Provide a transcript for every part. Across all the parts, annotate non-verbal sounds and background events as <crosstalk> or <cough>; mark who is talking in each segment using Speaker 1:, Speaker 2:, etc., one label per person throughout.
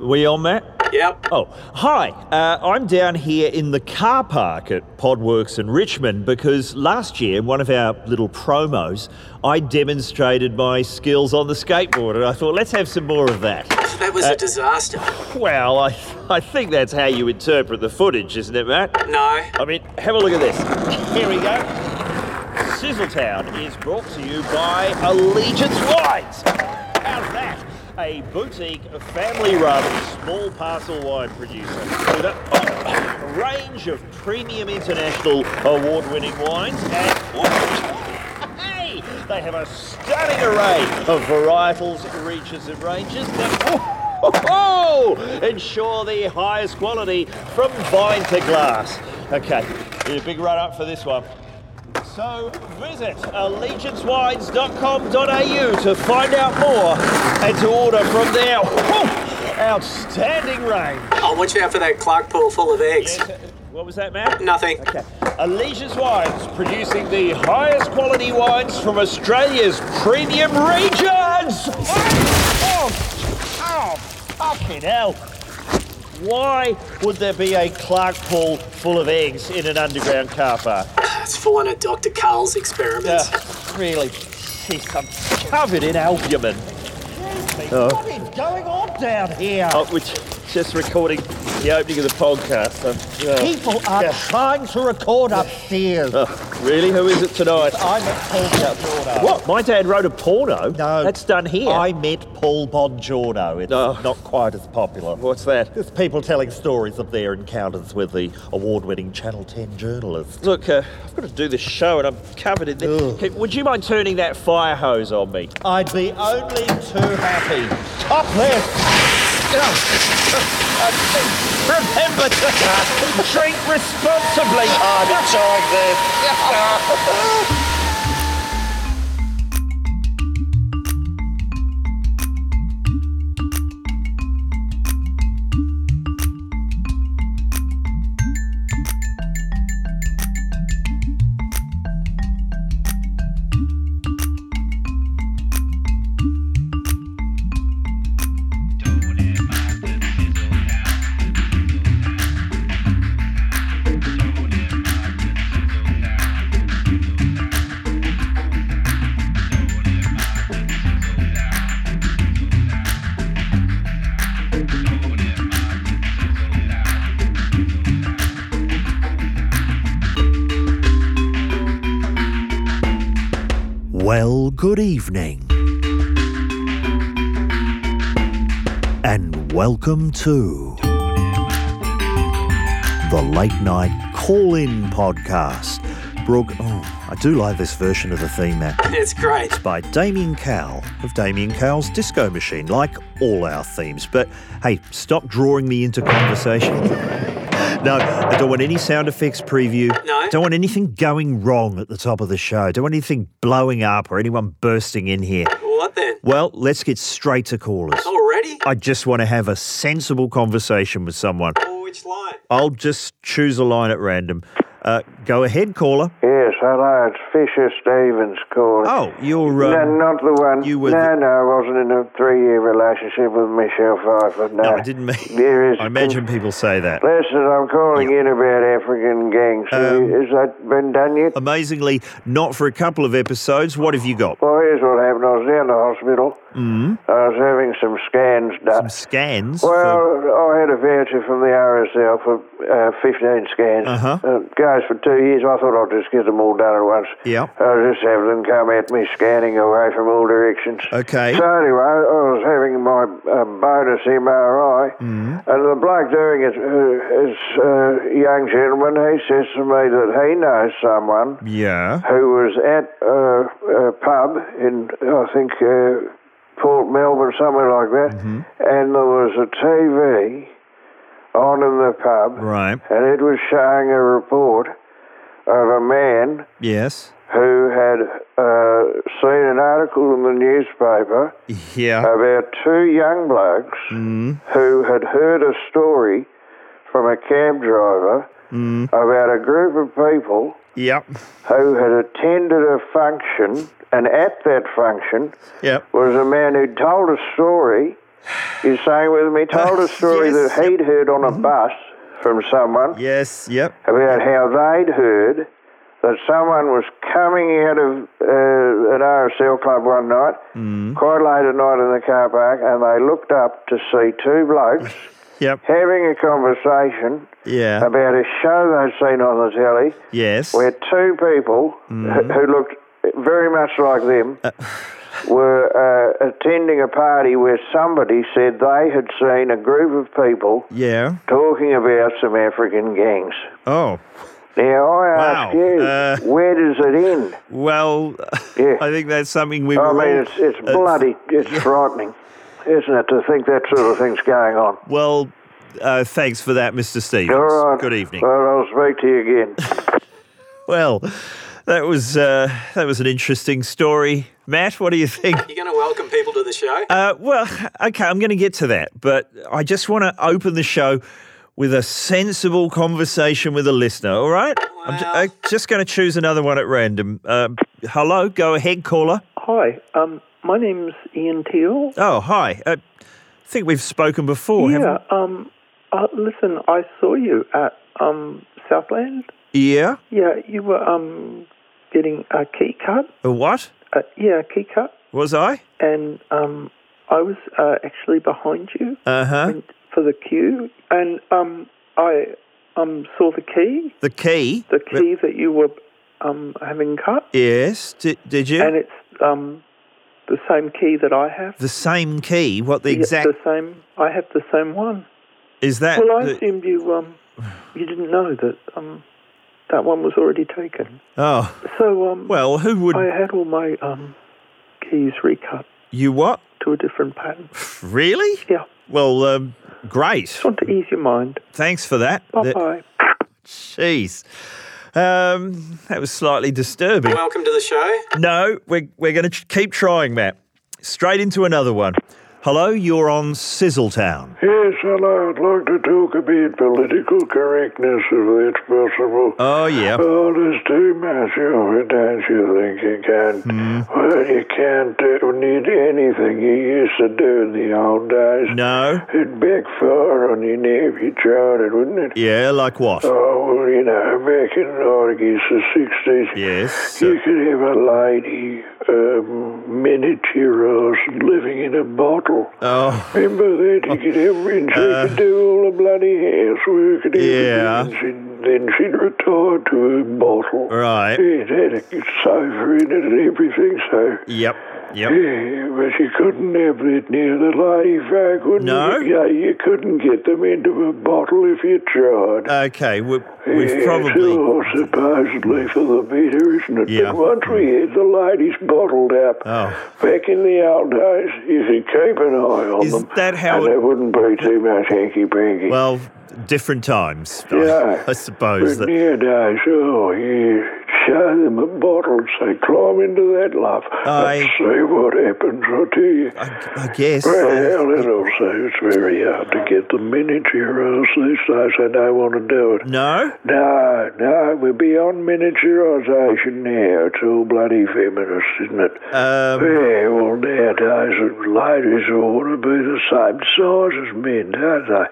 Speaker 1: We on that?
Speaker 2: Yep.
Speaker 1: Oh, hi. Uh, I'm down here in the car park at Podworks in Richmond because last year, in one of our little promos, I demonstrated my skills on the skateboard, and I thought, let's have some more of that.
Speaker 2: That was a disaster.
Speaker 1: Well, I, I think that's how you interpret the footage, isn't it, Matt?
Speaker 2: No.
Speaker 1: I mean, have a look at this. Here we go. Sizzletown is brought to you by Allegiance Wines. How's that? A boutique, family-run, small parcel wine producer with a, a range of premium international award-winning wines and. Hey! They have a stunning array of varietals, reaches, and ranges that. Oh, <laughs> ensure the highest quality from vine to glass. Okay, a big run up for this one. So visit allegiancewines.com.au to find out more and to order from their whew, outstanding range.
Speaker 2: Oh, watch out for that Clarkpool full of eggs.
Speaker 1: What was that, Matt?
Speaker 2: Nothing.
Speaker 1: Okay. Allegiance Wines, producing the highest quality wines from Australia's premium regions. Oh, oh, fucking hell. Why would there be a Clarkpool full of eggs in an underground car park?
Speaker 2: It's full on a Dr. Carl's experiment.
Speaker 1: Uh, really, jeez, I'm covered in albumin.
Speaker 3: What is going on down here?
Speaker 1: Oh, which just recording the opening of the podcast. I'm- oh.
Speaker 3: People are trying to record upstairs.
Speaker 1: Oh, really? Who is it tonight?
Speaker 3: I met Paul Bongiorno.
Speaker 1: What? My dad wrote a porno?
Speaker 3: No.
Speaker 1: That's done here.
Speaker 3: I met Paul Bongiorno. It's
Speaker 1: Oh.
Speaker 3: not quite as popular.
Speaker 1: What's that?
Speaker 3: It's people telling stories of their encounters with the award-winning Channel 10 journalist.
Speaker 1: Look, uh, I've got to do this show and I'm covered in this.
Speaker 3: Ugh.
Speaker 1: Okay, would you mind turning that fire hose on me?
Speaker 3: I'd be only too happy. Up left.
Speaker 1: Uh, Remember to uh, drink responsibly.
Speaker 4: Well, good evening. And welcome to the Late Night Call In Podcast. Brooke, oh, I do like this version of the theme, Matt.
Speaker 2: It's great.
Speaker 4: By Damien Cowell of Damien Cowell's Disco Machine, like all our themes. But hey, stop drawing me into conversation. <laughs> No, I don't want any sound effects preview.
Speaker 2: No.
Speaker 4: Don't want anything going wrong at the top of the show. Don't want anything blowing up or anyone bursting in here.
Speaker 2: What then?
Speaker 4: Well, let's get straight to callers.
Speaker 2: Already?
Speaker 4: I just want to have a sensible conversation with someone.
Speaker 2: Or Oh, which line?
Speaker 4: I'll just choose a line at random. Uh, go ahead, caller.
Speaker 5: Yes, hello, it's Fisher Stevens calling.
Speaker 4: Oh, you're.
Speaker 5: no,
Speaker 4: Um,
Speaker 5: not the one.
Speaker 4: you were
Speaker 5: no,
Speaker 4: the-
Speaker 5: no, I wasn't in a three-year relationship with Michelle Pfeiffer. No,
Speaker 4: no, I didn't mean.
Speaker 5: There is-
Speaker 4: I imagine people say that.
Speaker 5: Listen, I'm calling in about African gangs.
Speaker 4: Um,
Speaker 5: Has that been done
Speaker 4: uh,
Speaker 5: yet?
Speaker 4: Amazingly, not for a couple of episodes. What have you got?
Speaker 5: well, here's what happened. I was down the hospital. Mm. I was having some scans done.
Speaker 4: Mm-hmm. Some scans.
Speaker 5: well,
Speaker 4: for-
Speaker 5: I had a voucher from the RSL for uh, 15 scans.
Speaker 4: Uh-huh.
Speaker 5: It goes for two years. I thought I'll just get them all done at once.
Speaker 4: Yeah.
Speaker 5: I'll just have them come at me scanning away from all directions.
Speaker 4: okay.
Speaker 5: So anyway, I was having my uh, bonus MRI, and the bloke doing it, uh, is uh, young gentleman, he says to me that he knows someone
Speaker 4: yeah.
Speaker 5: who was at uh, a pub in, I think, uh, Port Melbourne, somewhere like that, and there was a TV on in the pub,
Speaker 4: Right.
Speaker 5: and it was showing a report of a man
Speaker 4: Yes.
Speaker 5: who had uh, seen an article in the newspaper
Speaker 4: Yeah.
Speaker 5: about two young blokes who had heard a story from a cab driver about a group of people
Speaker 4: Yep.
Speaker 5: who had attended a function, and at that function
Speaker 4: Yep.
Speaker 5: was a man who told a story You're saying with me, told a story
Speaker 3: Yes,
Speaker 5: that he'd heard on a bus from someone
Speaker 3: Yes, yep.
Speaker 5: about how they'd heard that someone was coming out of uh, an RSL club one night, quite late at night in the car park, and they looked up to see two blokes
Speaker 3: Yep.
Speaker 5: having a conversation
Speaker 3: Yeah.
Speaker 5: about a show they'd seen on the telly
Speaker 3: Yes.
Speaker 5: where two people who, who looked very much like them were uh, attending a party where somebody said they had seen a group of people
Speaker 3: Yeah.
Speaker 5: talking about some African gangs.
Speaker 3: Oh.
Speaker 5: Now, I ask
Speaker 3: Wow.
Speaker 5: you,
Speaker 3: Uh,
Speaker 5: where does it end?
Speaker 3: Well,
Speaker 5: Yeah.
Speaker 3: <laughs> I think that's something we were
Speaker 5: I mean,
Speaker 3: all-
Speaker 5: it's, it's
Speaker 3: uh,
Speaker 5: bloody, it's frightening, isn't it, to think that sort of thing's going on?
Speaker 3: Well, uh, thanks for that, Mr. Stevens.
Speaker 5: All right.
Speaker 3: Good evening.
Speaker 5: Well, I'll speak to you again.
Speaker 3: Well, that was uh, that was an interesting story, Matt. What do you think?
Speaker 2: You're going to welcome people to the show?
Speaker 3: Uh, well, okay, I'm going to get to that, but I just want to open the show with a sensible conversation with a listener. All right, I'm, ju-
Speaker 2: Wow.
Speaker 3: I'm just going to choose another one at random. Uh, hello, go ahead, caller.
Speaker 6: Hi, um, my name's Ian Teal.
Speaker 3: Oh, hi. Uh, I think we've spoken before. haven't
Speaker 6: yeah, um, uh, listen, I saw you at um, Southland.
Speaker 3: we? Yeah.
Speaker 6: Yeah, you were um, getting a key cut.
Speaker 3: A what
Speaker 6: Uh, yeah, a key cut.
Speaker 3: was I?
Speaker 6: And um, I was uh, actually behind you
Speaker 3: Uh huh.
Speaker 6: and for the queue. And um, I um, saw the key,
Speaker 3: The key. Uh,
Speaker 6: the key that you were um, having cut.
Speaker 3: Yes. Did, did you?
Speaker 6: And it's um, the same key that I have.
Speaker 3: the same key. What the
Speaker 6: Yeah,
Speaker 3: exact
Speaker 6: the same. I have the same one.
Speaker 3: is that?
Speaker 6: Well, I
Speaker 3: the-
Speaker 6: assumed you um, you didn't know that um, that one was already taken.
Speaker 3: oh
Speaker 6: So um,
Speaker 3: well, who would
Speaker 6: I had all my um, keys recut
Speaker 3: you what?
Speaker 6: to a different pattern.
Speaker 3: Really?
Speaker 6: Yeah,
Speaker 3: Well, um, great.
Speaker 6: just want to ease your mind.
Speaker 3: Thanks for that.
Speaker 6: Bye
Speaker 3: That-
Speaker 6: bye.
Speaker 3: Jeez. Um, that was slightly disturbing.
Speaker 2: welcome to the show.
Speaker 3: No, we're, we're going to keep trying, Matt. Straight into another one. Hello, you're on Sizzletown.
Speaker 5: <laughs> yes, hello, I'd like to talk about political correctness, if that's possible.
Speaker 3: Oh, yeah.
Speaker 5: Oh, there's too much of it, don't you think? You can't, well, you can't uh, need anything you used to do in the old days.
Speaker 3: No.
Speaker 5: It'd backfire on you now if you tried it, wouldn't it?
Speaker 3: Yeah, like what?
Speaker 5: Oh, well, you know, back in, I guess, the 60s,
Speaker 3: Yes.
Speaker 5: you could have a lady um, miniaturized living in a bottle.
Speaker 3: Oh,
Speaker 5: Remember that? You
Speaker 3: <laughs>
Speaker 5: could have, and she could do all the bloody housework and
Speaker 3: Uh. Yeah.
Speaker 5: everything. and she'd- Then she'd retire to her bottle.
Speaker 3: right.
Speaker 5: It had a sofa in it and everything, so.
Speaker 3: Yep. Yep.
Speaker 5: Yeah, but you couldn't have that near the lady folk, wouldn't
Speaker 3: No?
Speaker 5: you? Yeah, you couldn't get them into a bottle if you tried.
Speaker 3: Okay, we we've
Speaker 5: yeah,
Speaker 3: probably.
Speaker 5: so supposedly for the better, isn't it?
Speaker 3: Yeah.
Speaker 5: But once we had the ladies bottled up,
Speaker 3: Oh.
Speaker 5: back in the old days, you could keep an eye on
Speaker 3: Is
Speaker 5: them.
Speaker 3: that how
Speaker 5: And
Speaker 3: it-
Speaker 5: there wouldn't be too much hanky-panky.
Speaker 3: Well, different times. I-
Speaker 5: Yeah.
Speaker 3: I suppose.
Speaker 5: But
Speaker 3: That,
Speaker 5: nowadays, oh, you show them a bottle and say, climb into that love
Speaker 3: I-
Speaker 5: and see what happens, I tell you.
Speaker 3: I, I guess. uh,
Speaker 5: Well, and also it's very hard to get the miniaturized these days. They don't want to do it.
Speaker 3: no?
Speaker 5: No, no, we're beyond miniaturisation now. It's all bloody feminist, isn't it?
Speaker 3: Um,
Speaker 5: Yeah, well, nowadays ladies all want to be the same size as men, don't they?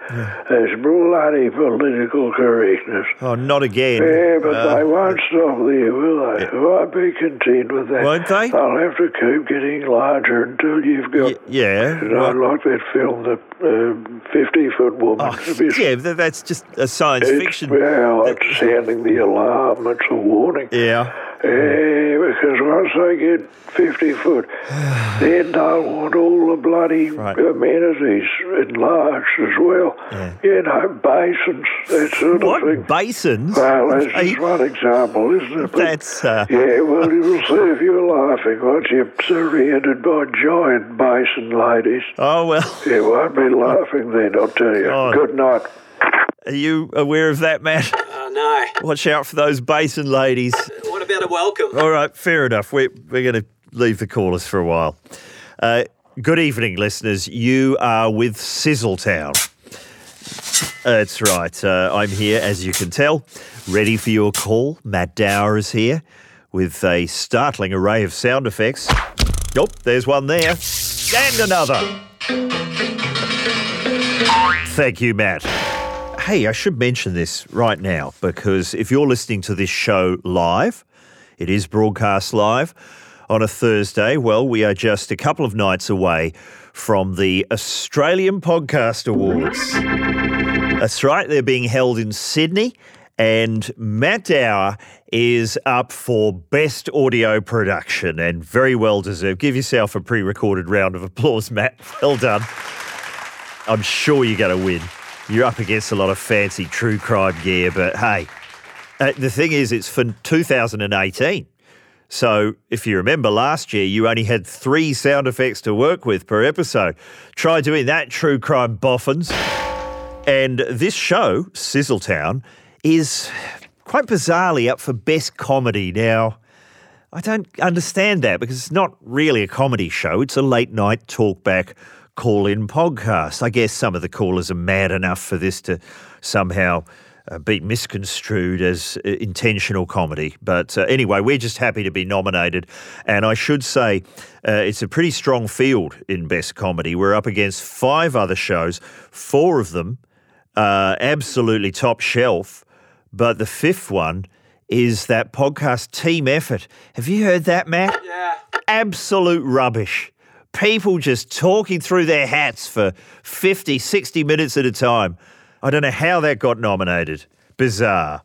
Speaker 5: It's bloody political correctness.
Speaker 3: oh, not again.
Speaker 5: Yeah, but
Speaker 3: Uh,
Speaker 5: they won't stop there, will they? I won't be content with that.
Speaker 3: Won't they?
Speaker 5: They'll have to keep getting larger until you've got
Speaker 3: y- yeah.
Speaker 5: and I
Speaker 3: well-
Speaker 5: like that film, the um, 50 Foot Woman.
Speaker 3: Oh,
Speaker 5: It is-
Speaker 3: yeah, tha- that's just a science
Speaker 5: it's,
Speaker 3: fiction.
Speaker 5: Well, it's sounding the alarm, it's a warning.
Speaker 3: Yeah.
Speaker 5: Eh, because once they get
Speaker 3: <sighs>
Speaker 5: 50 foot, then they'll want all the bloody
Speaker 3: Right.
Speaker 5: amenities enlarged as well. You know, basins, that sort of
Speaker 3: What
Speaker 5: thing.
Speaker 3: basins?
Speaker 5: Well, that's
Speaker 3: Hey,
Speaker 5: just one example, isn't it? But-
Speaker 3: that's uh,
Speaker 5: yeah, well, you will see if you're laughing once you're surrounded by giant basin ladies.
Speaker 3: oh well.
Speaker 5: You won't be laughing then, I'll tell you.
Speaker 3: God.
Speaker 5: Good night.
Speaker 3: Are you aware of that, Matt?
Speaker 2: Uh, no.
Speaker 3: Watch out for those basin ladies.
Speaker 2: What about a welcome?
Speaker 3: All right, fair enough. We're we're going to leave the callers for a while. Uh, good evening, listeners. You are with Sizzletown. That's right. Uh, I'm here, as you can tell, ready for your call. Matt Dower is here with a startling array of sound effects. Oh, there's one there, and another. Thank you, Matt. Hey, I should mention this right now because if you're listening to this show live, it is broadcast live on a Thursday. Well, we are just a couple of nights away from the Australian Podcast Awards. That's right, they're being held in Sydney, and Matt Dower is up for Best Audio Production and very well deserved. Give yourself a pre recorded round of applause, Matt. Well done. I'm sure you're going to win. You're up against a lot of fancy true crime gear, but hey, uh, the thing is, it's for 2018. So if you remember last year, you only had three sound effects to work with per episode. Try doing that, true crime boffins. And this show, Sizzletown, is quite bizarrely up for best comedy. Now, I don't understand that because it's not really a comedy show. It's a late night talkback call in podcast. I guess some of the callers are mad enough for this to somehow uh, be misconstrued as uh, intentional comedy. But uh, anyway, we're just happy to be nominated. And I should say, uh, it's a pretty strong field in best comedy. We're up against five other shows, four of them uh, absolutely top shelf. But the fifth one is that podcast team effort. Have you heard that, Matt?
Speaker 2: Yeah.
Speaker 3: absolute rubbish. People just talking through their hats for 50, 60 minutes at a time. I don't know how that got nominated. Bizarre.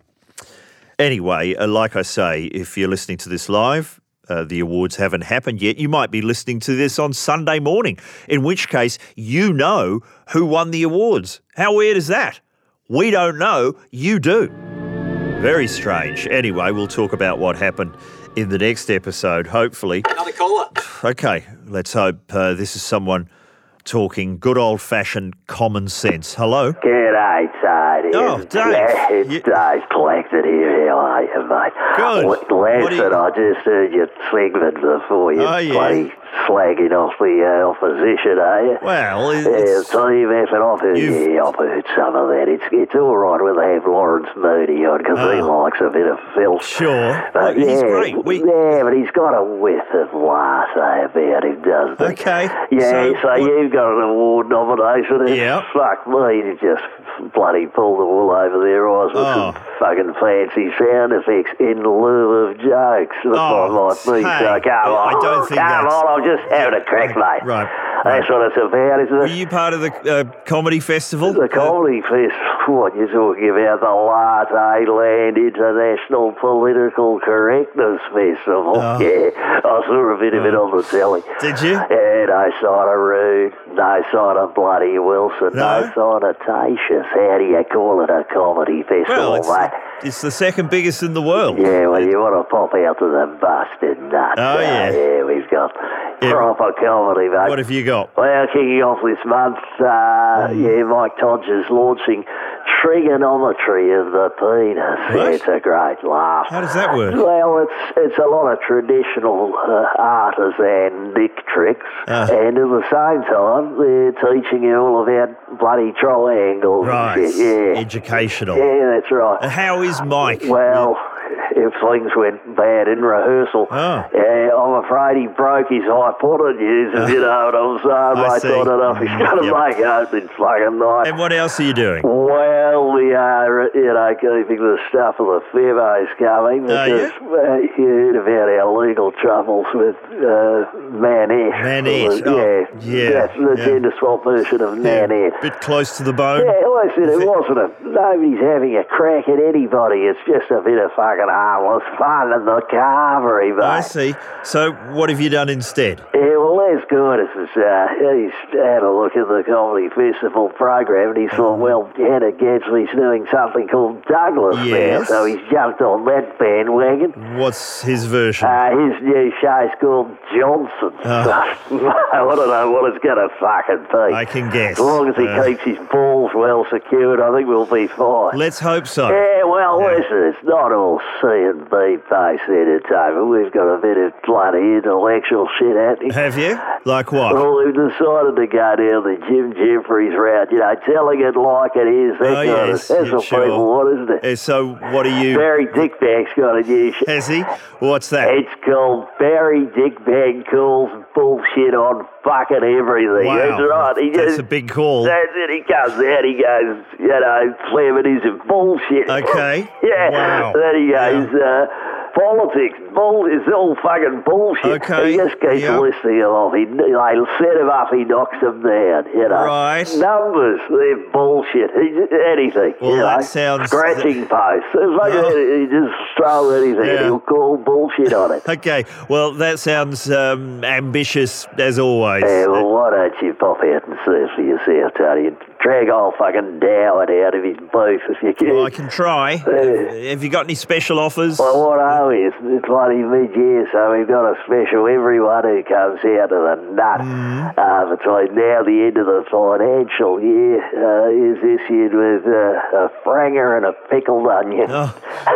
Speaker 3: Anyway, uh, like I say, if you're listening to this live, uh, the awards haven't happened yet. You might be listening to this on Sunday morning, in which case you know who won the awards. How weird is that? We don't know, you do. Very strange. Anyway, we'll talk about what happened in the next episode, hopefully.
Speaker 2: Another caller.
Speaker 3: Okay, let's hope uh, this is someone talking good old fashioned common sense. Hello.
Speaker 5: G'day, Todd.
Speaker 3: Oh,
Speaker 5: It's-
Speaker 3: Dave.
Speaker 5: yeah, It's
Speaker 3: You-
Speaker 5: Dave Plankton here. How are you, mate?
Speaker 3: Good.
Speaker 5: L-
Speaker 3: What do you-
Speaker 5: Listen, I just heard your segment before you
Speaker 3: Oh, yeah.
Speaker 5: bloody slagging off the uh, opposition, are you?
Speaker 3: Well, it-
Speaker 5: Yeah,
Speaker 3: it's,
Speaker 5: Steve Effin, I've heard,
Speaker 3: You've-
Speaker 5: yeah, I've heard some of that. It's, it's all right when they have Lawrence Moody on because he
Speaker 3: Oh.
Speaker 5: likes a bit of filth.
Speaker 3: Sure.
Speaker 5: But
Speaker 3: Well,
Speaker 5: yeah,
Speaker 3: he's great. We-
Speaker 5: yeah, but he's got a whiff of latte about him, doesn't he?
Speaker 3: Okay, so
Speaker 5: Yeah, so,
Speaker 3: what-
Speaker 5: you've got an award nomination. and
Speaker 3: Yeah.
Speaker 5: Fuck me, you just bloody pulled the wool over their eyes with
Speaker 3: Oh.
Speaker 5: some fucking fancy sound effects in lieu of jokes. If I
Speaker 3: Oh,
Speaker 5: might be.
Speaker 3: hey,
Speaker 5: so come
Speaker 3: I- I
Speaker 5: on.
Speaker 3: don't think
Speaker 5: come
Speaker 3: that's-
Speaker 5: on, I'm just having a crack,
Speaker 3: Right,
Speaker 5: mate.
Speaker 3: right,
Speaker 5: That's what it's about, isn't
Speaker 3: were
Speaker 5: it?
Speaker 3: you part of the uh, comedy festival?
Speaker 5: The comedy fest, what you're talking about, the Latte Land International Political Correctness Festival.
Speaker 3: Oh.
Speaker 5: Yeah, I saw a bit of it on the telly.
Speaker 3: Did you?
Speaker 5: Yeah, no sign of Rude, no sign of Bloody Wilson,
Speaker 3: No?
Speaker 5: no, sign of Tatius. How do you call it a comedy
Speaker 3: well,
Speaker 5: festival,
Speaker 3: it's,
Speaker 5: mate?
Speaker 3: it's the second biggest in the world.
Speaker 5: Yeah, well, you want to pop out to the busted nuts.
Speaker 3: Oh,
Speaker 5: uh,
Speaker 3: yeah.
Speaker 5: Yeah, we've got
Speaker 3: Yeah.
Speaker 5: proper comedy, mate.
Speaker 3: What have you got?
Speaker 5: Well, kicking off this month, uh,
Speaker 3: Mm.
Speaker 5: yeah, Mike Dodge is launching Trigonometry of the Penis.
Speaker 3: What?
Speaker 5: Yeah, it's a great laugh.
Speaker 3: How does that work?
Speaker 5: Well, it's it's a lot of traditional uh, artisan dick tricks,
Speaker 3: Ah.
Speaker 5: and at the same time, they're teaching you all about bloody triangles.
Speaker 3: Right.
Speaker 5: and shit. Yeah,
Speaker 3: Educational.
Speaker 5: yeah, that's right.
Speaker 3: <laughs> And how is Mike?
Speaker 5: Well, if things went bad in rehearsal,
Speaker 3: Oh.
Speaker 5: yeah, I'm afraid he broke his hypotenuse, if you know what I'm
Speaker 3: <laughs>
Speaker 5: saying,
Speaker 3: I
Speaker 5: mate.
Speaker 3: see. Mm,
Speaker 5: I don't know if he's going to
Speaker 3: Yep.
Speaker 5: make open fucking night.
Speaker 3: and what else are you doing?
Speaker 5: Well, we are, you know, keeping the stuff of the Febos coming
Speaker 3: Are you?
Speaker 5: because uh, you heard about our legal troubles with uh, Manette.
Speaker 3: Manette, oh,
Speaker 5: yeah,
Speaker 3: yeah,
Speaker 5: That's the
Speaker 3: yeah.
Speaker 5: gender swap version of Manette.
Speaker 3: Bit close to the bone.
Speaker 5: Yeah, listen, it wasn't a. Nobody's having a crack at anybody. It's just a bit of fucking harmless fun and the carvery, mate.
Speaker 3: I see. So what have you done instead?
Speaker 5: Yeah, well, Les Gordis is, uh, he's had a look at the Comedy Festival program and he
Speaker 3: Uh-huh.
Speaker 5: thought, well, Hannah Gadsby's doing something called Douglas
Speaker 3: Yes.
Speaker 5: now, so he's jumped on that bandwagon.
Speaker 3: What's his version?
Speaker 5: Uh, his new show's called Johnson.
Speaker 3: Ah.
Speaker 5: <laughs> I don't know what it's going to fucking be.
Speaker 3: I can guess.
Speaker 5: As long as he
Speaker 3: Uh,
Speaker 5: keeps his balls well secured, I think we'll be fine.
Speaker 3: Let's hope so.
Speaker 5: Yeah, well,
Speaker 3: Yeah.
Speaker 5: listen, it's not all C and B based entertainment. We've got a bit of bloody intellectual shit happening.
Speaker 3: Have you? Yeah? Like <laughs> what?
Speaker 5: Well, who decided to go down the Jim Jeffries route, you know, telling it like it is. That
Speaker 3: Oh,
Speaker 5: kind
Speaker 3: yes,
Speaker 5: of, that's
Speaker 3: yeah,
Speaker 5: what
Speaker 3: sure.
Speaker 5: people want, isn't it?
Speaker 3: Eh, So what are you?
Speaker 5: Barry Dickbag's got a new show.
Speaker 3: Has he? What's that?
Speaker 5: It's called Barry Dickbag Calls Bullshit on Fucking Everything.
Speaker 3: Wow.
Speaker 5: That's right. He
Speaker 3: That's
Speaker 5: just,
Speaker 3: a big call.
Speaker 5: That's it. He comes out, he goes, you know, flaminism, bullshit.
Speaker 3: Okay.
Speaker 5: <laughs> yeah.
Speaker 3: Wow.
Speaker 5: Then he goes, uh, politics, bull, it's all fucking bullshit.
Speaker 3: Okay.
Speaker 5: He just keeps
Speaker 3: Yep.
Speaker 5: listening along. He, they set him up, he knocks him down, you know.
Speaker 3: Right.
Speaker 5: Numbers, they're bullshit. He, just- anything.
Speaker 3: Well,
Speaker 5: you know.
Speaker 3: that sounds-
Speaker 5: Scratching posts. It's like
Speaker 3: Oh.
Speaker 5: he just throw anything
Speaker 3: Yeah.
Speaker 5: and he'll call bullshit on it.
Speaker 3: Okay. Well, that sounds um, ambitious as always.
Speaker 5: Yeah, well, why don't you pop out and see it for yourself, Tony? And drag old fucking Dowd out of his booth if you can.
Speaker 3: Well, I can try. Have you got any special offers?
Speaker 5: <laughs> Well, what are we? It's, it's bloody mid-year, so we've got a special. Everyone who comes out of the nut
Speaker 3: Mm.
Speaker 5: uh, between now and the end of the financial year uh, is issued with uh, a franger and a pickled onion.
Speaker 3: Oh,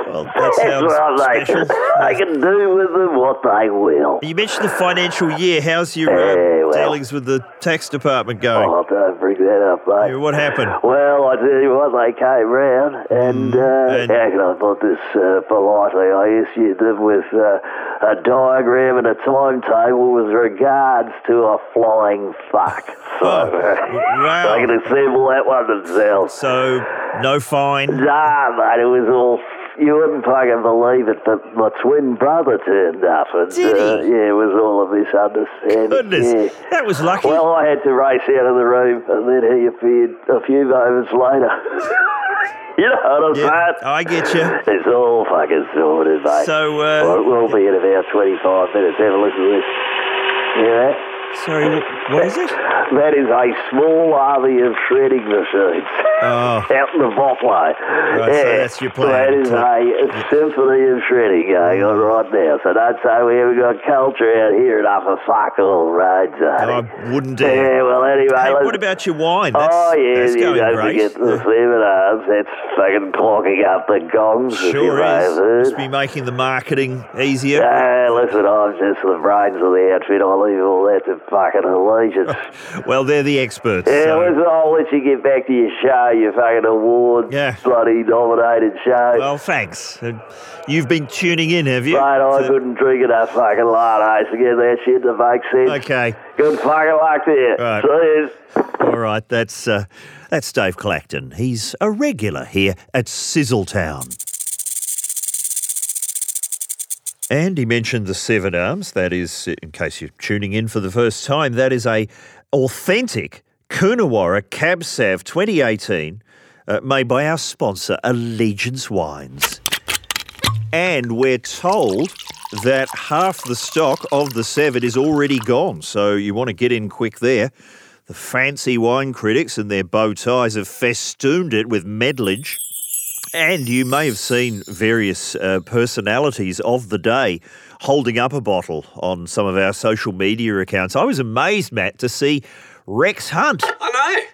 Speaker 3: well, that
Speaker 5: <laughs> That's
Speaker 3: sounds
Speaker 5: what they, <laughs>
Speaker 3: special.
Speaker 5: they can do with them what they will.
Speaker 3: You mentioned the financial year. How's your uh,
Speaker 5: Yeah, well.
Speaker 3: dealings with the tax department going?
Speaker 5: Oh, don't bring that up, mate.
Speaker 3: Yeah, what happened? Mm,
Speaker 5: Well, I tell you what, they came round, and, uh,
Speaker 3: and-
Speaker 5: how can I put this uh, politely? I issued them with uh, a diagram and a timetable with regards to a flying fuck.
Speaker 3: <laughs>
Speaker 5: So
Speaker 3: Oh, wow.
Speaker 5: I can assemble that one themselves.
Speaker 3: So, no fine.
Speaker 5: Nah, mate, it was all. You wouldn't fucking believe it, but my twin brother turned up, and
Speaker 3: Did he?
Speaker 5: Uh, yeah, it was all a misunderstanding.
Speaker 3: Goodness,
Speaker 5: yeah.
Speaker 3: that was lucky.
Speaker 5: Well, I had to race out of the room, and then he appeared a few moments later. <laughs> you know what I'm
Speaker 3: yeah,
Speaker 5: saying?
Speaker 3: I get you.
Speaker 5: It's all fucking sorted, mate.
Speaker 3: So,
Speaker 5: well,
Speaker 3: uh,
Speaker 5: it will be in about 25 minutes. Have a listen to this. Yeah,
Speaker 3: sorry, wh- what is it?
Speaker 5: that is a small army of shredding machines
Speaker 3: Oh,
Speaker 5: <laughs> out in the Botway.
Speaker 3: Right, so that's your plan
Speaker 5: That is
Speaker 3: to-
Speaker 5: a symphony of shredding going on right now. So don't say we haven't got culture out here at Upper Fuck All Roads.
Speaker 3: I wouldn't dare.
Speaker 5: Yeah, well, anyway.
Speaker 3: Oh, Hey,
Speaker 5: let's-
Speaker 3: what about your wine? That's,
Speaker 5: oh, yeah,
Speaker 3: that's
Speaker 5: you
Speaker 3: going
Speaker 5: don't
Speaker 3: great.
Speaker 5: forget the seminars. That's fucking clogging up the gongs. if you
Speaker 3: Sure
Speaker 5: may have
Speaker 3: is.
Speaker 5: heard.
Speaker 3: Must be making the marketing easier.
Speaker 5: Ah, listen, I'm just the brains of the outfit. I leave all that to fucking allegiance.
Speaker 3: Well, they're the experts.
Speaker 5: <laughs> yeah,
Speaker 3: Oh, so-
Speaker 5: listen, I'll let you get back to your show, your fucking award
Speaker 3: Yeah.
Speaker 5: bloody nominated show.
Speaker 3: Well, thanks. Uh, You've been tuning in, have you?
Speaker 5: Mate, I
Speaker 3: To-
Speaker 5: couldn't drink enough fucking lattes to get that shit to make sense.
Speaker 3: Okay.
Speaker 5: Good fucking luck to you.
Speaker 3: Right.
Speaker 5: Cheers.
Speaker 3: All right. That's uh, that's Dave Clacton. He's a regular here at Sizzletown. And he mentioned the Seven Arms. That is, in case you're tuning in for the first time, that is a authentic Coonawarra Cab Sav 2018 uh, made by our sponsor, Allegiance Wines. And we're told that half the stock of the Seven is already gone, so you want to get in quick there. The fancy wine critics and their bow ties have festooned it with medlage. And you may have seen various uh, personalities of the day holding up a bottle on some of our social media accounts. I was amazed, Matt, to see Rex Hunt <laughs>
Speaker 2: I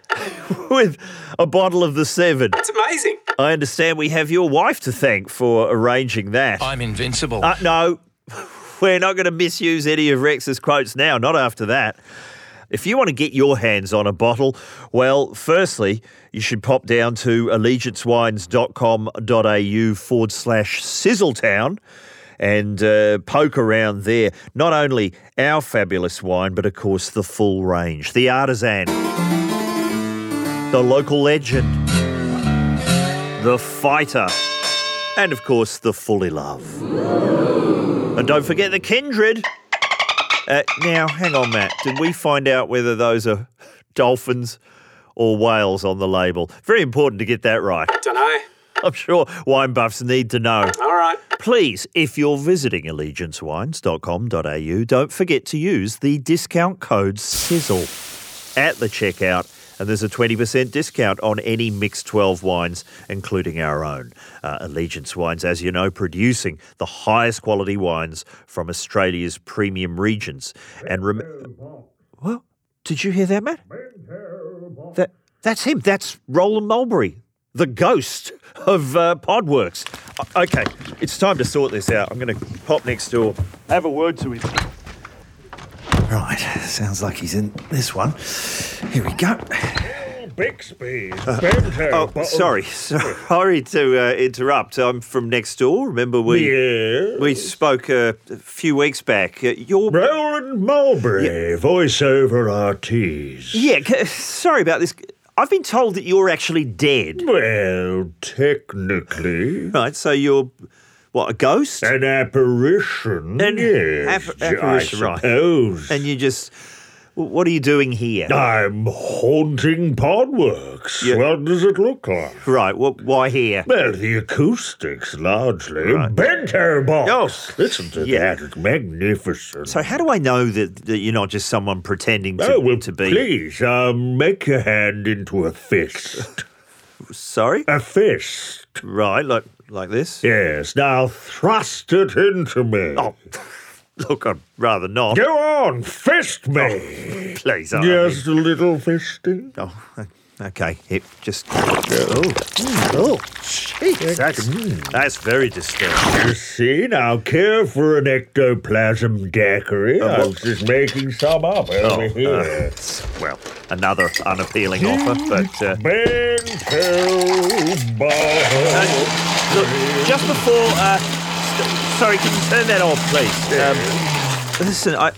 Speaker 2: know.
Speaker 3: with a bottle of the Seven.
Speaker 2: It's amazing.
Speaker 3: I understand we have your wife to thank for arranging that.
Speaker 7: I'm invincible.
Speaker 3: Uh, no, <laughs> we're not going to misuse any of Rex's quotes now, not after that. If you want to get your hands on a bottle, well, firstly, you should pop down to allegiancewines.com.au forward slash sizzletown and uh, poke around there. Not only our fabulous wine, but of course the full range. The artisan, the local legend, the fighter, and of course the fully love. And don't forget the kindred. Uh, now, hang on, Matt. Did we find out whether those are dolphins or whales on the label? Very important to get that right.
Speaker 2: Don't know.
Speaker 3: I'm sure wine buffs need to know.
Speaker 2: All right.
Speaker 3: Please, if you're visiting allegiancewines.com.au, don't forget to use the discount code SIZZLE at the checkout. And there's a 20% discount on any mixed 12 wines, including our own. Uh, Allegiance Wines, as you know, producing the highest quality wines from Australia's premium regions. And rem- well, did you hear that, Matt? That that's him. That's Roland Mulberry, the ghost of uh, Podworks. O- Okay, it's time to sort this out. I'm going to pop next door.
Speaker 8: Have a word to him.
Speaker 3: Right, sounds like he's in this one. Here we go.
Speaker 7: Bixby, bento.
Speaker 3: Oh, <laughs>
Speaker 7: bottles.
Speaker 3: sorry, sorry to uh, interrupt. I'm from next door. Remember we
Speaker 7: Yeah.
Speaker 3: we spoke uh, a few weeks back. Uh, your
Speaker 7: Roland Mulberry, voice over RTs.
Speaker 3: yeah. c- Sorry about this. I've been told that you're actually dead.
Speaker 7: Well, technically,
Speaker 3: Right, so you're what a ghost,
Speaker 7: an apparition.
Speaker 3: An
Speaker 7: yes,
Speaker 3: app- apparition,
Speaker 7: I
Speaker 3: right.
Speaker 7: suppose.
Speaker 3: and you just w- what are you doing here?
Speaker 7: I'm haunting Podworks.
Speaker 3: Yeah.
Speaker 7: What does it look like?
Speaker 3: Right, what? Why here?
Speaker 7: Well, the acoustics largely. Bento box.
Speaker 3: Oh,
Speaker 7: Listen to
Speaker 3: yeah.
Speaker 7: that. It's magnificent.
Speaker 3: So how do I know that, that you're not just someone pretending to,
Speaker 7: oh, well,
Speaker 3: to be?
Speaker 7: please, um, make your hand into a
Speaker 3: <laughs>
Speaker 7: fist.
Speaker 3: Sorry,
Speaker 7: a fist.
Speaker 3: right, like like this.
Speaker 7: Yes, now thrust it into me.
Speaker 3: Oh, look, I'd rather not.
Speaker 7: Go on, fist
Speaker 3: Oh,
Speaker 7: me.
Speaker 3: Please, I
Speaker 7: Just a little fisting.
Speaker 3: Oh, okay. It just. Oh, oh, jeez, that's that's very disturbing.
Speaker 7: Mm. You see, now care for an ectoplasm
Speaker 3: Uh,
Speaker 7: daiquiri. I was just making some up over
Speaker 3: <laughs>
Speaker 7: here.
Speaker 3: Oh, uh, Well, another unappealing offer, but uh,
Speaker 7: Bento
Speaker 3: uh,
Speaker 7: bar.
Speaker 3: look, just before. Uh, st- sorry, can you turn that off, please? Um, listen, I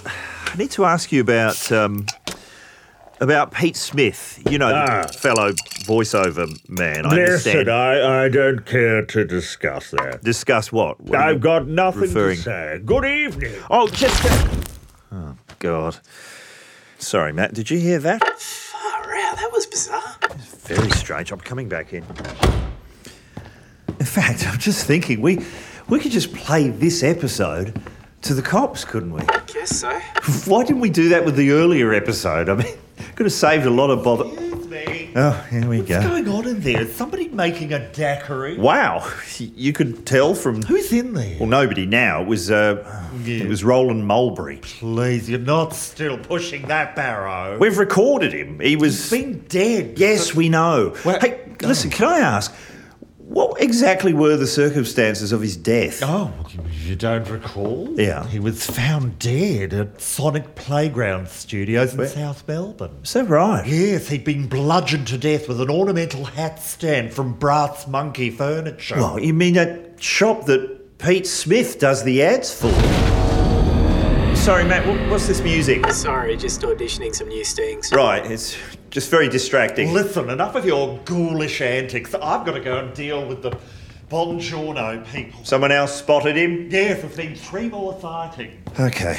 Speaker 3: I need to ask you about. Um, about Pete Smith, you know,
Speaker 7: Ah.
Speaker 3: the fellow voiceover man. I
Speaker 7: Listen,
Speaker 3: understand.
Speaker 7: I, I don't care to discuss that.
Speaker 3: Discuss what? What do you-
Speaker 7: I've got nothing
Speaker 3: referring-
Speaker 7: to say. Good evening.
Speaker 3: Oh, just. Oh, God. Sorry, Matt. Did you hear that?
Speaker 2: Far out, Oh, that was bizarre.
Speaker 3: Very strange. I'm coming back in. In fact, I'm just thinking we we could just play this episode to the cops, couldn't we?
Speaker 2: Guess so.
Speaker 3: Why didn't we do that with the earlier episode? I mean, <laughs> could have saved a lot of bother. Oh, here we go.
Speaker 9: going on in there? Is somebody making a daiquiri?
Speaker 3: Wow, <laughs> you could tell from
Speaker 9: Who's in there?
Speaker 3: well nobody now. It was uh, it was Roland Mulberry.
Speaker 9: Please, you're not still pushing that barrow.
Speaker 3: We've recorded him. He was
Speaker 9: been dead.
Speaker 3: Yes, we know.
Speaker 9: Well-
Speaker 3: hey, listen, can I ask, what exactly were the circumstances of his death?
Speaker 9: Oh, you don't recall?
Speaker 3: Yeah.
Speaker 9: He was found dead at Sonic Playground Studios in South Melbourne.
Speaker 3: Is that right?
Speaker 9: Yes, he'd been bludgeoned to death with an ornamental hat stand from Brass Monkey Furniture.
Speaker 3: Well, you mean that shop that Pete Smith does the ads for? Sorry, Matt, wha- what's this music?
Speaker 2: Sorry, just auditioning some new stings.
Speaker 3: Right, it's just very distracting.
Speaker 9: Listen, enough of your ghoulish antics. I've got to go and deal with the Bongiorno people.
Speaker 3: Someone else spotted him?
Speaker 9: Yes, there's been three more sightings.
Speaker 3: Okay.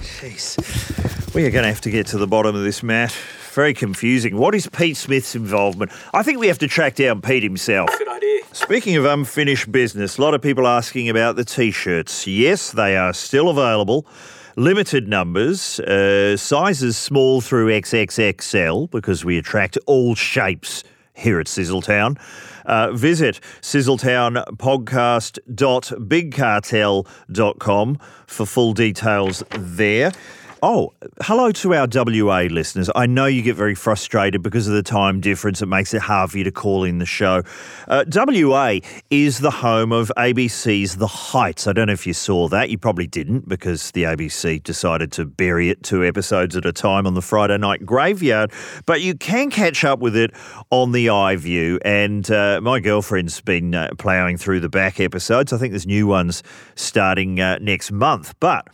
Speaker 3: Jeez. We are going to have to get to the bottom of this, Matt. Very confusing. What is Pete Smith's involvement? I think we have to track down Pete himself.
Speaker 2: Good idea.
Speaker 3: Speaking of unfinished business, a lot of people asking about the t shirts. Yes, they are still available. Limited numbers, uh, sizes small through XXXL, because we attract all shapes here at Sizzletown. Uh, visit sizzletownpodcast.bigcartel.com for full details there. Oh, hello to our WA listeners. I know you get very frustrated because of the time difference. It makes it hard for you to call in the show. Uh, WA is the home of ABC's The Heights. I don't know if you saw that. You probably didn't because the ABC decided to bury it two episodes at a time on the Friday night graveyard. But you can catch up with it on the iView. And uh, my girlfriend's been uh, ploughing through the back episodes. I think there's new ones starting uh, next month. But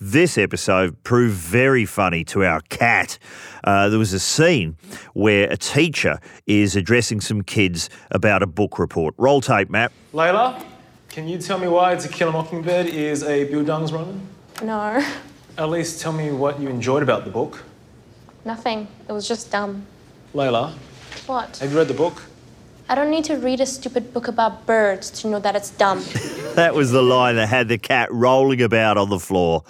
Speaker 3: this episode proved very funny to our cat. Uh, there was a scene where a teacher is addressing some kids about a book report. Roll tape, Matt.
Speaker 8: Layla, can you tell me why To Kill a Mockingbird is a Bildungsroman?
Speaker 10: No, <laughs>
Speaker 8: At least tell me what you enjoyed about the book.
Speaker 10: nothing. It was just dumb.
Speaker 8: Layla,
Speaker 10: What?
Speaker 8: have you read the book?
Speaker 10: I don't need to read a stupid book about birds to know that it's dumb.
Speaker 3: That was the line that had the cat rolling about on the floor.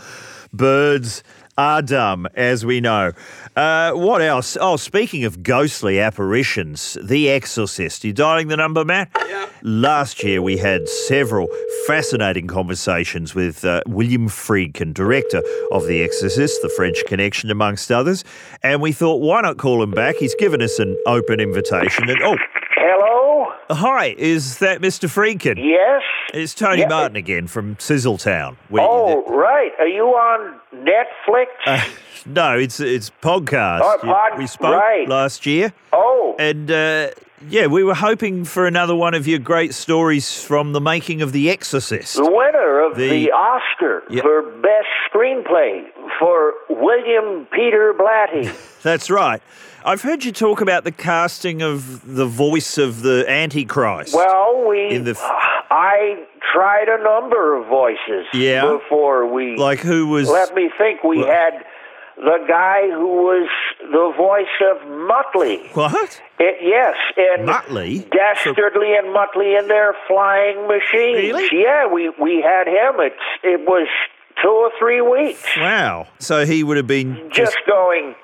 Speaker 3: Birds are dumb, as we know. Uh, what else? Oh, speaking of ghostly apparitions, The Exorcist. You dialing the number, Matt?
Speaker 2: Yeah.
Speaker 3: Last year, we had several fascinating conversations with uh, William Friedkin, director of The Exorcist, The French Connection, amongst others. And we thought, why not call him back? He's given us an open invitation. And oh,
Speaker 11: Hello?
Speaker 1: Hi, is that Mr. Freakin?
Speaker 5: Yes.
Speaker 1: It's Tony
Speaker 5: Yeah.
Speaker 1: Martin again from Sizzletown. We-
Speaker 5: oh, right. Are you on Netflix?
Speaker 1: uh, no, it's it's podcast.
Speaker 5: Oh,
Speaker 1: You-
Speaker 5: pod-
Speaker 1: we spoke
Speaker 5: right.
Speaker 1: last year.
Speaker 5: Oh.
Speaker 1: And uh, yeah, we were hoping for another one of your great stories from the making of The Exorcist.
Speaker 5: The winner of the,
Speaker 1: The-
Speaker 5: Oscar
Speaker 1: Yeah.
Speaker 5: for Best Screenplay for William Peter
Speaker 1: <laughs>
Speaker 5: Blatty.
Speaker 1: That's right. I've heard you talk about the casting of the voice of the Antichrist.
Speaker 5: well, we.
Speaker 1: in the f-
Speaker 5: I tried a number of voices
Speaker 1: Yeah.
Speaker 5: before we.
Speaker 1: like who was
Speaker 5: Let me think. We
Speaker 1: Well-
Speaker 5: had the guy who was the voice of Muttley.
Speaker 1: what?
Speaker 5: It, yes, and
Speaker 1: Muttley?
Speaker 5: Dastardly and Muttley in their flying machines.
Speaker 1: Really?
Speaker 5: Yeah, we we had him. It's it was two or three weeks
Speaker 1: Wow. So he would have been
Speaker 5: just
Speaker 1: just.
Speaker 5: going.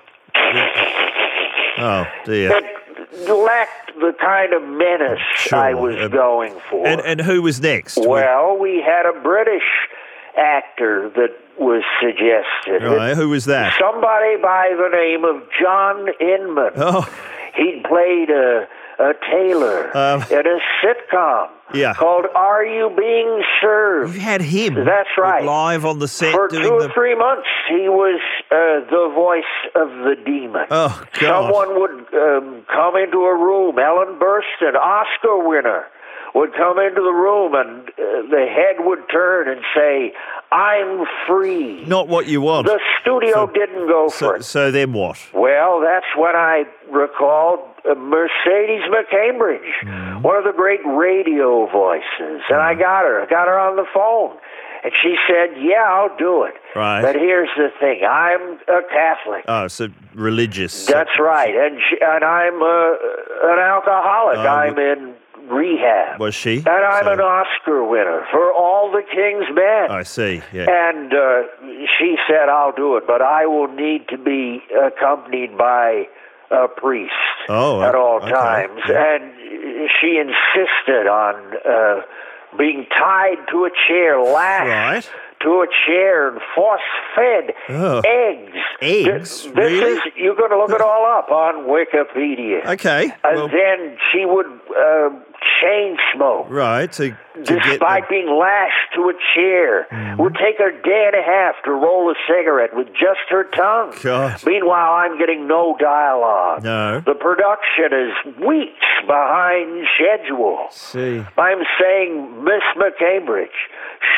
Speaker 1: Oh dear.
Speaker 5: It lacked the kind of menace I was going for.
Speaker 1: And and who was next?
Speaker 5: well, we had a British actor that was suggested.
Speaker 1: Right, who was that?
Speaker 5: Somebody by the name of John Inman.
Speaker 1: Oh.
Speaker 5: He played a, a tailor
Speaker 1: Um.
Speaker 5: in a sitcom
Speaker 1: Yeah.
Speaker 5: called Are You Being Served?
Speaker 1: You had him.
Speaker 5: That's right.
Speaker 1: Live on the set
Speaker 5: For
Speaker 1: doing
Speaker 5: two or
Speaker 1: the.
Speaker 5: three months, he was uh, the voice of the demon.
Speaker 1: Oh God.
Speaker 5: Someone would um, come into a room. Ellen Burstyn, Oscar winner, would come into the room, and uh, the head would turn and say, "I'm free."
Speaker 1: Not what you want.
Speaker 5: The studio didn't go for
Speaker 1: So,
Speaker 5: it.
Speaker 1: so then what?
Speaker 5: Well, that's when I recalled uh, Mercedes McCambridge,
Speaker 1: Mm.
Speaker 5: one of the great radio voices, and I got her. I got her on the phone, and she said, "Yeah, I'll do it."
Speaker 1: Right.
Speaker 5: But here's the thing: I'm a Catholic.
Speaker 1: Oh, so religious.
Speaker 5: That's right, and sh and I'm uh, an alcoholic.
Speaker 1: Oh,
Speaker 5: I'm in rehab,
Speaker 1: Was she?
Speaker 5: and I'm
Speaker 1: So-
Speaker 5: an Oscar winner for All the King's Men.
Speaker 1: I see. Yeah.
Speaker 5: And uh, she said, "I'll do it, but I will need to be accompanied by a priest
Speaker 1: Oh,
Speaker 5: at
Speaker 1: o-
Speaker 5: all
Speaker 1: okay,
Speaker 5: times."
Speaker 1: yeah.
Speaker 5: And she insisted on uh, being tied to a chair, lashed to a chair, and force-fed
Speaker 1: Ugh.
Speaker 5: eggs.
Speaker 1: Eggs?
Speaker 5: Th- This,
Speaker 1: Really?
Speaker 5: is you're going to look it all up on Wikipedia.
Speaker 1: Okay.
Speaker 5: And
Speaker 1: well,
Speaker 5: then she would uh, chain smoke
Speaker 1: right. To, to get Mm-hmm.
Speaker 5: despite being lashed to a chair, would take her day and a half to roll a cigarette with just her tongue.
Speaker 1: God.
Speaker 5: Meanwhile, I'm getting no dialogue.
Speaker 1: No.
Speaker 5: The production is weeks behind schedule.
Speaker 1: See.
Speaker 5: I'm saying, Miss McCambridge,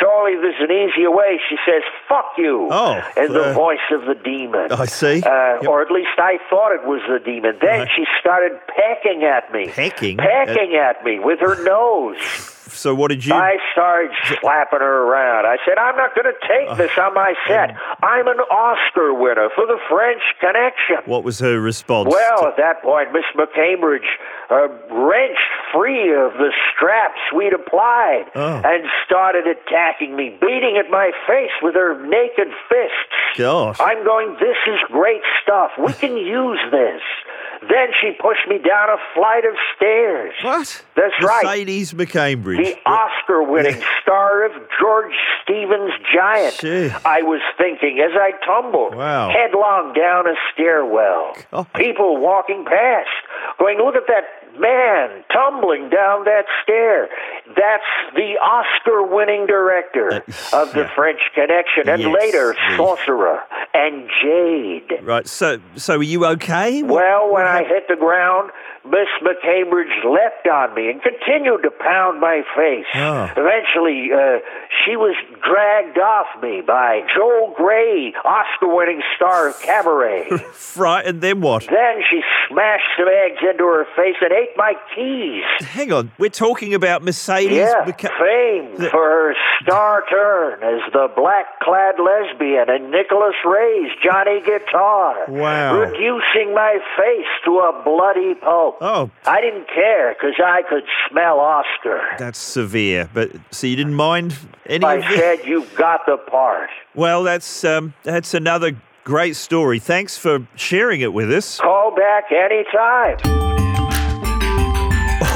Speaker 5: surely there's an easier way. She says, fuck you.
Speaker 1: Oh,
Speaker 5: In the
Speaker 1: uh,
Speaker 5: voice of the demon.
Speaker 1: I see.
Speaker 5: Uh,
Speaker 1: Yep. Uh-huh.
Speaker 5: Or at least I thought it was the demon. Then she started pecking at me.
Speaker 1: Pecking? Uh,
Speaker 5: Pecking at me with her nose.
Speaker 1: So what did you?
Speaker 5: I started slapping her around. I said, I'm not going to take this on my set. I'm an Oscar winner for the French Connection.
Speaker 1: What was her response?
Speaker 5: Well, at that point, Miss McCambridge uh, wrenched free of the straps we'd applied
Speaker 1: Oh.
Speaker 5: and started attacking me, beating at my face with her naked fists.
Speaker 1: Gosh.
Speaker 5: I'm going, this is great stuff. We can use this. Then she pushed me down a flight of stairs.
Speaker 1: What?
Speaker 5: That's right.
Speaker 1: Mercedes McCambridge.
Speaker 5: The Oscar winning star of George Stevens' Giant.
Speaker 1: Gee.
Speaker 5: I was thinking as I tumbled
Speaker 1: Wow. Oh.
Speaker 5: headlong down a stairwell. People walking past, going, Look at that man tumbling down that stair. That's the Oscar winning director of The French Connection and
Speaker 1: Uh, Yes,
Speaker 5: later
Speaker 1: the-
Speaker 5: Sorcerer and Jade.
Speaker 1: Right. So, so were you okay?
Speaker 5: Well, when I hit the ground, Miss McCambridge leapt on me and continued to pound my face.
Speaker 1: Oh.
Speaker 5: Eventually, uh, she was dragged off me by Joel Gray, Oscar winning star of Cabaret.
Speaker 1: Right. And then what?
Speaker 5: then she smashed some eggs into her face and ate my keys.
Speaker 1: Hang on. We're talking about Mercedes.
Speaker 5: Yeah,
Speaker 1: Mc-
Speaker 5: fame
Speaker 1: The-
Speaker 5: for her star turn as the black clad lesbian in Nicholas Ray's Johnny Guitar.
Speaker 1: Wow.
Speaker 5: Reducing my face to a bloody pulp.
Speaker 1: Oh.
Speaker 5: I didn't care because I could smell Oscar.
Speaker 1: That's severe. But so you didn't mind any
Speaker 5: I
Speaker 1: of this?
Speaker 5: said, You've got the part.
Speaker 1: Well, that's um, that's another great story. Thanks for sharing it with us.
Speaker 5: Call back anytime.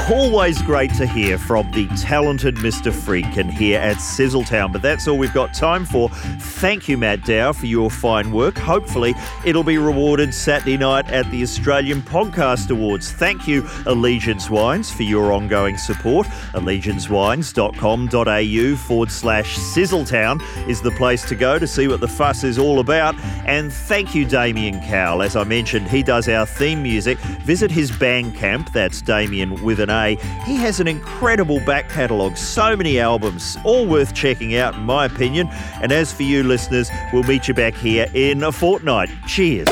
Speaker 1: Always great to hear from the talented Mr. Freakin here at Sizzletown, but that's all we've got time for. Thank you, Matt Dow, for your fine work. Hopefully, it'll be rewarded Saturday night at the Australian Podcast Awards. Thank you, Allegiance Wines, for your ongoing support. AllegianceWines.com.au forward slash Sizzletown is the place to go to see what the fuss is all about. And thank you, Damien Cowell. As I mentioned, he does our theme music. Visit his Bandcamp, that's Damien with an A. He has an incredible back catalogue, so many albums, all worth checking out, in my opinion. And as for you listeners, we'll meet you back here in a fortnight. Cheers.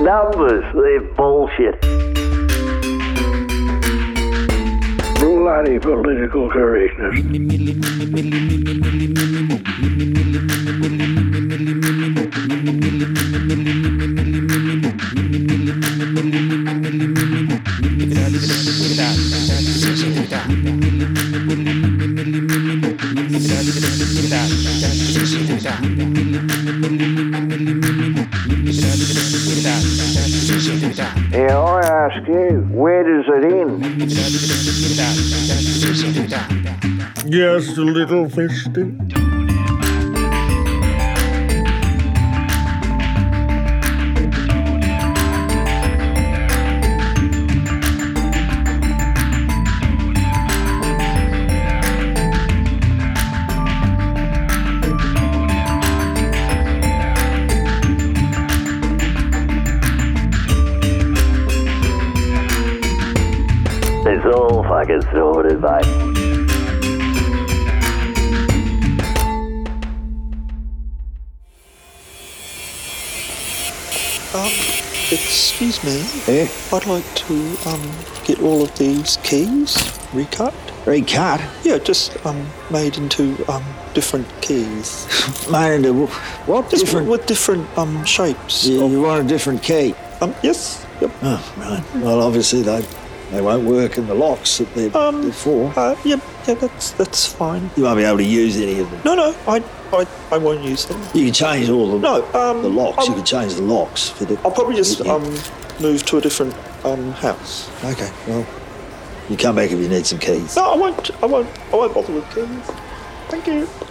Speaker 5: Numbers, they're bullshit.
Speaker 12: Bloody political correctness.
Speaker 13: Yeah, I ask you, where does it end?
Speaker 7: Just a little fisting.
Speaker 5: It's all fucking sorted, mate.
Speaker 6: Um, excuse me.
Speaker 3: Eh?
Speaker 6: I'd like to um get all of these keys recut. Recut? Yeah, just um made into um different
Speaker 3: <laughs>
Speaker 6: keys. made into what? Just different? with different um shapes. You, you want a different key? Um, yes. Yep.
Speaker 3: Oh, right. Well, obviously they they won't work in the locks that they're
Speaker 6: Um,
Speaker 3: before.
Speaker 6: Uh, yeah, yeah, that's that's fine.
Speaker 3: You won't be able to use any of them.
Speaker 6: No, no, I I, I won't use them.
Speaker 3: You can change all the
Speaker 6: No, um,
Speaker 3: the locks. you
Speaker 6: um,
Speaker 3: can change the locks for the.
Speaker 6: I'll probably just
Speaker 3: Yeah.
Speaker 6: um move to a different um house.
Speaker 3: Okay. Well, you come back if you need some keys.
Speaker 6: No, I won't. I won't. I won't bother with keys. Thank you.